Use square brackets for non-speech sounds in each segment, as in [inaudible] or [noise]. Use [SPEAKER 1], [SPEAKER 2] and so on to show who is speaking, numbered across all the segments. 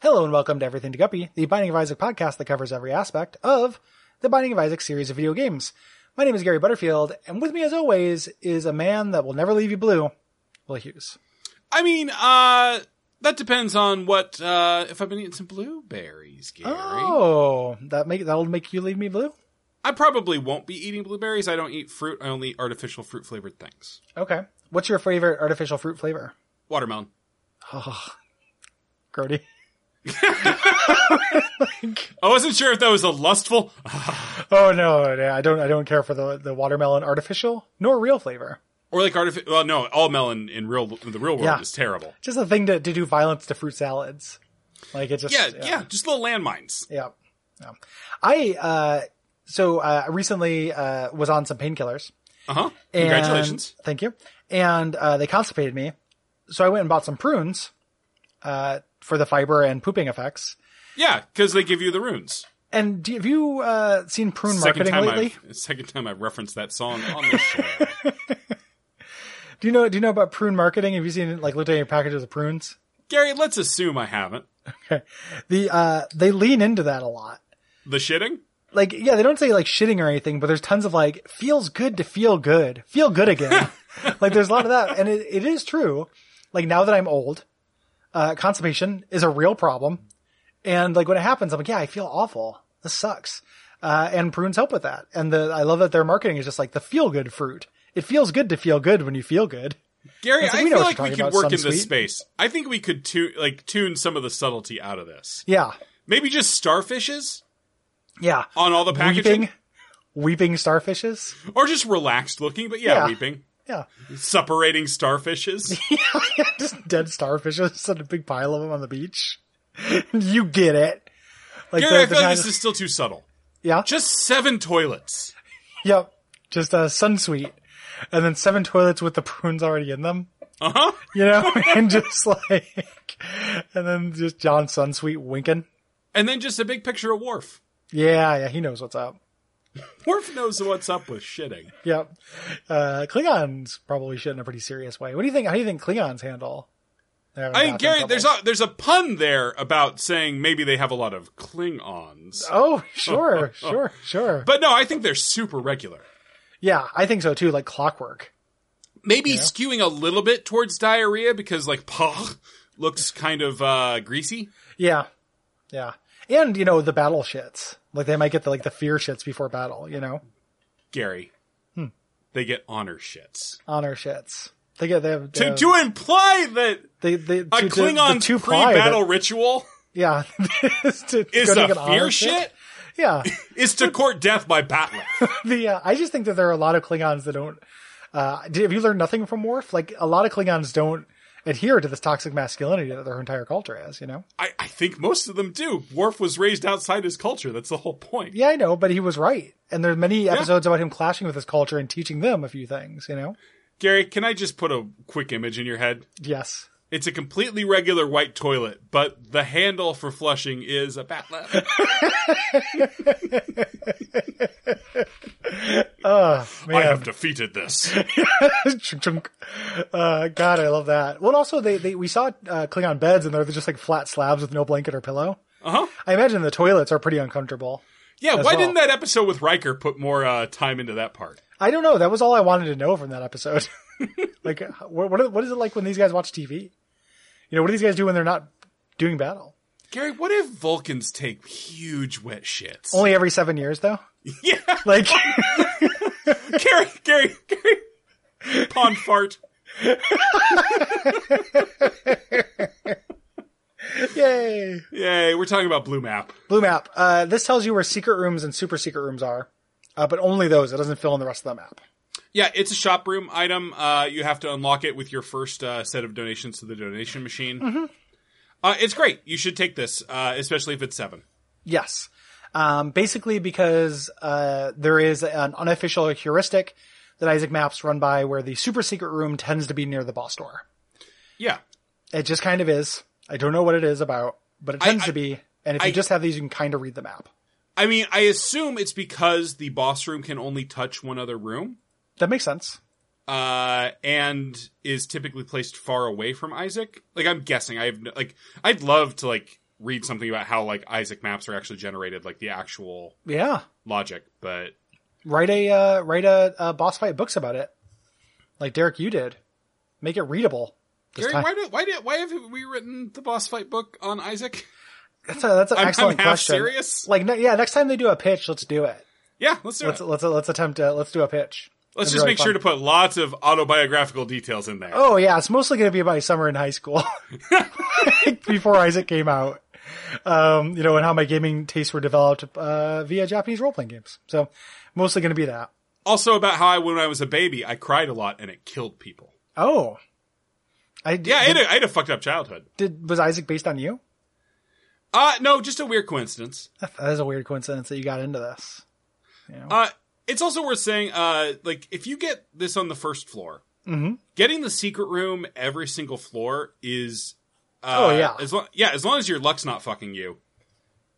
[SPEAKER 1] Hello and welcome to Everything to Guppy, the Binding of Isaac podcast that covers every aspect of the Binding of Isaac series of video games. My name is Gary Butterfield, and with me as always is a man that will never leave you blue, Will Hughes.
[SPEAKER 2] I mean, uh, that depends on what uh, if I've been eating some blueberries, Gary.
[SPEAKER 1] Oh, that make that'll make you leave me blue?
[SPEAKER 2] I probably won't be eating blueberries. I don't eat fruit. I only eat artificial fruit flavored things.
[SPEAKER 1] Okay. What's your favorite artificial fruit flavor?
[SPEAKER 2] Watermelon. Oh.
[SPEAKER 1] Grody.
[SPEAKER 2] I wasn't sure if that was a lustful. [laughs]
[SPEAKER 1] Oh no, no, I don't I don't care for the the watermelon artificial nor real flavor.
[SPEAKER 2] Or like artificial. Well, no, all melon in real in the real world
[SPEAKER 1] Yeah.
[SPEAKER 2] is terrible.
[SPEAKER 1] Just a thing to, to do violence to fruit salads. Like it just
[SPEAKER 2] Yeah, yeah, just little landmines.
[SPEAKER 1] Yeah. Yeah. I, uh, so, uh, recently, uh, was on some painkillers.
[SPEAKER 2] Uh huh.
[SPEAKER 1] and-
[SPEAKER 2] Congratulations.
[SPEAKER 1] Thank you. And, uh, they constipated me. So I went and bought some prunes, uh, for the fiber and pooping effects.
[SPEAKER 2] Yeah, because they give you the runes.
[SPEAKER 1] And do, have you, uh, seen prune
[SPEAKER 2] Second
[SPEAKER 1] marketing
[SPEAKER 2] time
[SPEAKER 1] lately?
[SPEAKER 2] I've second time I've referenced that song on this [laughs] show.
[SPEAKER 1] Do you know, do you know about prune marketing? Have you seen, like, looked at your packages of prunes?
[SPEAKER 2] Gary, let's assume I haven't.
[SPEAKER 1] The, uh, they lean into that a lot.
[SPEAKER 2] The shitting?
[SPEAKER 1] Like, yeah, they don't say like shitting or anything, but there's tons of like, feels good to feel good, feel good again. like there's a lot of that. And it, it is true. Like now that I'm old, uh, constipation is a real problem. And like when it happens, I'm like, yeah, I feel awful. This sucks. Uh, and prunes help with that. And the, I love that their marketing is just like the feel good fruit. It feels good to feel good when you feel good.
[SPEAKER 2] Gary,
[SPEAKER 1] It's like,
[SPEAKER 2] I
[SPEAKER 1] we know
[SPEAKER 2] feel
[SPEAKER 1] what
[SPEAKER 2] like
[SPEAKER 1] you're
[SPEAKER 2] we
[SPEAKER 1] talking
[SPEAKER 2] could
[SPEAKER 1] about,
[SPEAKER 2] work
[SPEAKER 1] some
[SPEAKER 2] in
[SPEAKER 1] sweet.
[SPEAKER 2] this space. I think we could tune like tune some of the subtlety out of this.
[SPEAKER 1] Yeah.
[SPEAKER 2] Maybe just starfishes
[SPEAKER 1] Yeah.
[SPEAKER 2] on all the packaging,
[SPEAKER 1] Weeping, weeping starfishes.
[SPEAKER 2] or just relaxed looking, but yeah,
[SPEAKER 1] Yeah.
[SPEAKER 2] weeping,
[SPEAKER 1] Yeah.
[SPEAKER 2] separating starfishes.
[SPEAKER 1] just dead starfishes [laughs] just a big pile of them on the beach. [laughs] you get [laughs] it. Like
[SPEAKER 2] Gary, I
[SPEAKER 1] the, the
[SPEAKER 2] feel like
[SPEAKER 1] kind
[SPEAKER 2] this
[SPEAKER 1] of-
[SPEAKER 2] is still too subtle.
[SPEAKER 1] yeah,
[SPEAKER 2] Just seven toilets.
[SPEAKER 1] yep. Just uh, sunsweet, and then seven toilets with the prunes already in them.
[SPEAKER 2] Uh huh.
[SPEAKER 1] You know, [laughs] and just like, and then just John Sunsweet winking.
[SPEAKER 2] And then just a big picture of Worf.
[SPEAKER 1] Yeah, yeah, he knows what's up.
[SPEAKER 2] Worf knows what's up with shitting.
[SPEAKER 1] Yep. Uh, Klingons probably shit in a pretty serious way. What do you think? How do you think Klingons handle? their
[SPEAKER 2] I mean,
[SPEAKER 1] bathroom
[SPEAKER 2] Gary, there's
[SPEAKER 1] troubles?
[SPEAKER 2] a there's a pun there about saying maybe they have a lot of Klingons,
[SPEAKER 1] oh sure, sure, sure.
[SPEAKER 2] but no, I think they're super regular.
[SPEAKER 1] yeah, I think so too. Like clockwork.
[SPEAKER 2] maybe skewing a little bit towards diarrhea because like [laughs] pah looks kind of uh greasy
[SPEAKER 1] Yeah. Yeah. And, you know, the battle shits. Like they might get the like the fear shits before battle, you know?
[SPEAKER 2] gary
[SPEAKER 1] Hmm.
[SPEAKER 2] they get honor shits
[SPEAKER 1] Honor shits. They get they have
[SPEAKER 2] to,
[SPEAKER 1] uh,
[SPEAKER 2] to imply that
[SPEAKER 1] they, they,
[SPEAKER 2] a
[SPEAKER 1] to- to- the
[SPEAKER 2] klingon's
[SPEAKER 1] two ply
[SPEAKER 2] pre-battle
[SPEAKER 1] that-
[SPEAKER 2] ritual
[SPEAKER 1] yeah. [laughs] is to
[SPEAKER 2] is
[SPEAKER 1] go to
[SPEAKER 2] a
[SPEAKER 1] get honor
[SPEAKER 2] fear shit
[SPEAKER 1] Yeah.
[SPEAKER 2] is to court death by battle
[SPEAKER 1] [laughs] the uh, I just think that there are a lot of Klingons that don't uh did, have you learned nothing from Worf? Like a lot of Klingons don't adhere to this toxic masculinity that their entire culture has, you know?
[SPEAKER 2] I, I think most of them do Worf was raised outside his culture that's the whole point
[SPEAKER 1] Yeah, I know, but he was right. And there are many episodes about him clashing with his culture and teaching them a few things, you know?
[SPEAKER 2] gary can i just put a quick image in your head
[SPEAKER 1] Yes.
[SPEAKER 2] it's a completely regular white toilet but the handle for flushing is a battle
[SPEAKER 1] Man.
[SPEAKER 2] i have defeated this
[SPEAKER 1] [laughs] Chunk, chunk. Uh, God, I love that. Well, also they, they we saw uh, Klingon beds and they're just like flat slabs with no blanket or pillow.
[SPEAKER 2] uh-huh
[SPEAKER 1] I imagine the toilets are pretty uncomfortable.
[SPEAKER 2] Yeah, why
[SPEAKER 1] well.
[SPEAKER 2] didn't that episode with Riker put more uh, time into that part?
[SPEAKER 1] I don't know. That was all I wanted to know from that episode. [laughs] like, what what, are- what is it like when these guys watch TV? You know, what do these guys do when they're not doing battle?
[SPEAKER 2] Gary, what if Vulcans take huge wet shits?
[SPEAKER 1] Only every seven years, though.
[SPEAKER 2] [laughs]
[SPEAKER 1] [laughs]
[SPEAKER 2] yeah,
[SPEAKER 1] Like, [laughs]
[SPEAKER 2] Gary, Gary, Gary, pond fart.
[SPEAKER 1] yay!
[SPEAKER 2] Yay, we're talking about Blue Map.
[SPEAKER 1] Blue map. Uh, this tells you where secret rooms and super secret rooms are, uh, but only those. It doesn't fill in the rest of the map.
[SPEAKER 2] Yeah, it's a shop room item. Uh, you have to unlock it with your first uh, set of donations to the donation machine.
[SPEAKER 1] Mm-hmm.
[SPEAKER 2] Uh, it's great. You should take this, uh, especially if it's seven.
[SPEAKER 1] Yes. Um, basically because uh, there is an unofficial heuristic that Isaac Maps run by where the super secret room tends to be near the boss door.
[SPEAKER 2] Yeah,
[SPEAKER 1] It just kind of is. I don't know what it is about, but it tends
[SPEAKER 2] I-
[SPEAKER 1] to be. And if
[SPEAKER 2] I-
[SPEAKER 1] you just have these, you can kind of read the map.
[SPEAKER 2] I mean, I assume it's because the boss room can only touch one other room.
[SPEAKER 1] That makes sense.
[SPEAKER 2] uh, and is typically placed far away from Isaac. Like I'm guessing, I have no, like I'd love to like read something about how like Isaac maps are actually generated, like the actual
[SPEAKER 1] Yeah.
[SPEAKER 2] logic. But
[SPEAKER 1] Write a uh, write a, a boss fight books about it, like Derek, you did. Make it readable. this
[SPEAKER 2] Gary,
[SPEAKER 1] time.
[SPEAKER 2] why did why did why have we written the boss fight book on Isaac?
[SPEAKER 1] That's a, that's an
[SPEAKER 2] I'm- I'm
[SPEAKER 1] excellent
[SPEAKER 2] half
[SPEAKER 1] question.
[SPEAKER 2] serious.
[SPEAKER 1] Like, no, yeah, next time they do a pitch, let's do it.
[SPEAKER 2] Yeah, let's do
[SPEAKER 1] Let's
[SPEAKER 2] it.
[SPEAKER 1] let's let's attempt to let's do a pitch.
[SPEAKER 2] Let's
[SPEAKER 1] That'd be
[SPEAKER 2] just
[SPEAKER 1] really
[SPEAKER 2] make sure
[SPEAKER 1] fun.
[SPEAKER 2] to put lots of autobiographical details in there.
[SPEAKER 1] Oh yeah, it's mostly going to be about summer in high school, [laughs] before Isaac came out. Um, you know, and how my gaming tastes were developed uh, via Japanese role playing games. So, mostly going to be that.
[SPEAKER 2] Also about how I, when I was a baby, I cried a lot and it killed people.
[SPEAKER 1] Oh, I
[SPEAKER 2] Yeah, I
[SPEAKER 1] did,
[SPEAKER 2] had a, I had a fucked up childhood.
[SPEAKER 1] did was Isaac based on you?
[SPEAKER 2] Uh, no, just a weird coincidence.
[SPEAKER 1] That that is a weird coincidence that you got into this.
[SPEAKER 2] Uh, it's also worth saying, uh, like if you get this on the first floor,
[SPEAKER 1] Mm-hmm.
[SPEAKER 2] getting the secret room every single floor is, uh,
[SPEAKER 1] Oh, yeah.
[SPEAKER 2] as long, yeah, as long as your luck's not fucking you,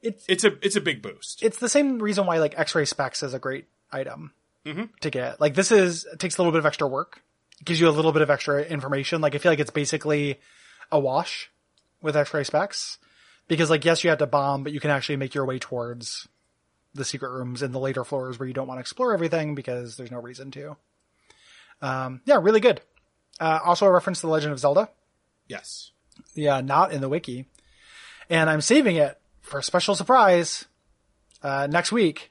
[SPEAKER 1] It's
[SPEAKER 2] it's a it's a big boost.
[SPEAKER 1] it's the same reason why like X-ray specs is a great item to get. Like this is it takes a little bit of extra work, It gives you a little bit of extra information. Like I feel like it's basically a wash with X-ray specs because like yes you have to bomb, but you can actually make your way towards the secret rooms in the later floors where you don't want to explore everything because there's no reason to. Um, yeah, really good. Uh, also a reference to The Legend of Zelda.
[SPEAKER 2] yes.
[SPEAKER 1] Yeah, not in the wiki. And I'm saving it for a special surprise uh, next week.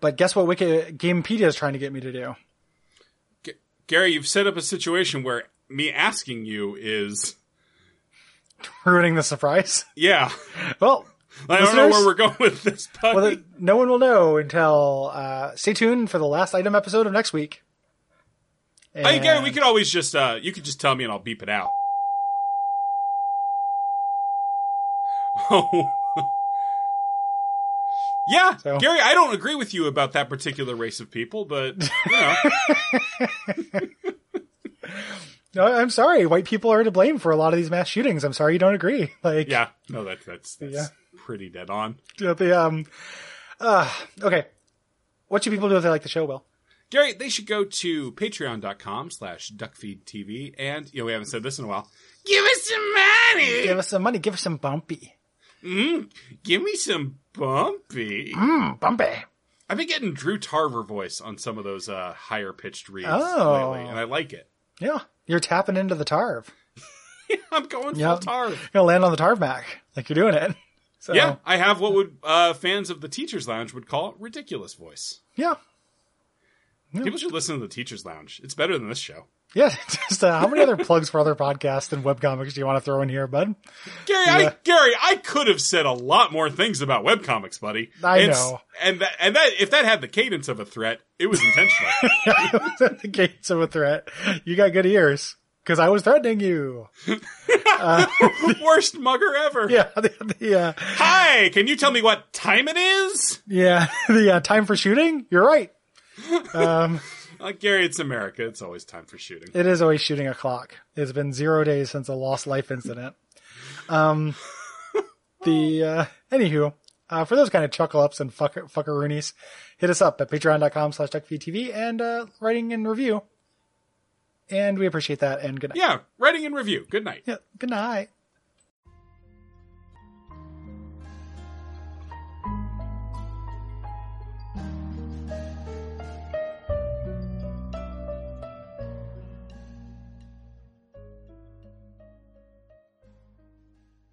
[SPEAKER 1] But guess what Wiki Gamepedia is trying to get me to do? [laughs]
[SPEAKER 2] G- Gary, you've set up a situation where me asking you is,
[SPEAKER 1] Ruining the surprise. [laughs]
[SPEAKER 2] yeah,
[SPEAKER 1] Well,
[SPEAKER 2] I don't know
[SPEAKER 1] Listeners?
[SPEAKER 2] where we're going with this, buddy.
[SPEAKER 1] well, th- no one will know until uh, stay tuned for the last item episode of next week. And,
[SPEAKER 2] Hey, Gary, we could always just, uh, you could just tell me and I'll beep it out. [laughs] Oh. yeah,
[SPEAKER 1] So-
[SPEAKER 2] Gary, I don't agree with you about that particular race of people, but,
[SPEAKER 1] [laughs]
[SPEAKER 2] you know,
[SPEAKER 1] No, I'm sorry, white people are to blame for a lot of these mass shootings. I'm sorry you don't agree. [laughs] Like,
[SPEAKER 2] yeah, no, that, that's, that's
[SPEAKER 1] Yeah.
[SPEAKER 2] pretty dead on.
[SPEAKER 1] yeah, the um, uh, okay. What should people do if they like the show? Will
[SPEAKER 2] Gary, they should go to patreon.com slash duckfeedtv and, you know, we haven't said this in a while. Give us some money!
[SPEAKER 1] give us some money, give us some bumpy,
[SPEAKER 2] Give me some Hmm, bumpy.
[SPEAKER 1] mm, bumpy.
[SPEAKER 2] I've been getting Drew Tarver voice on some of those uh, higher pitched reads
[SPEAKER 1] Oh.
[SPEAKER 2] lately, and I like it. [laughs]
[SPEAKER 1] Yeah, you're tapping into the tarv.
[SPEAKER 2] I'm going
[SPEAKER 1] Yep.
[SPEAKER 2] full Tarv.
[SPEAKER 1] You're gonna land on the tarv mac like you're doing it. [laughs] So,
[SPEAKER 2] Yeah, I have what would uh, fans of the Teachers Lounge would call ridiculous voice.
[SPEAKER 1] yeah,
[SPEAKER 2] People should listen to the Teachers Lounge. It's better than this show.
[SPEAKER 1] yeah. [laughs] Just uh, how many other plugs for other podcasts and webcomics do you want to throw in here, bud? [laughs]
[SPEAKER 2] Gary,
[SPEAKER 1] Yeah.
[SPEAKER 2] I, Gary, I could have said a lot more things about webcomics, buddy.
[SPEAKER 1] I
[SPEAKER 2] and, s-
[SPEAKER 1] know.
[SPEAKER 2] and that, and that if that had the cadence of a threat, it was intentional. [laughs]
[SPEAKER 1] the gates of a threat. You got good ears because I was threatening you. [laughs]
[SPEAKER 2] Worst mugger ever.
[SPEAKER 1] Yeah, [laughs] the, the uh,
[SPEAKER 2] Hi, can you tell me what time it is?
[SPEAKER 1] yeah, [laughs] the uh, time for shooting. You're right.
[SPEAKER 2] Uh, Gary, it's America. It's always time for shooting.
[SPEAKER 1] It is always shooting a clock. It's been zero days since a lost life incident. Um, the uh, anywho, uh, for those kind of chuckle ups and fuck fuckaroonies, hit us up at patreon.com slash duckfeedtv and uh, writing and review. And we appreciate that. And good night.
[SPEAKER 2] Yeah, writing and review. Good night.
[SPEAKER 1] yeah good night.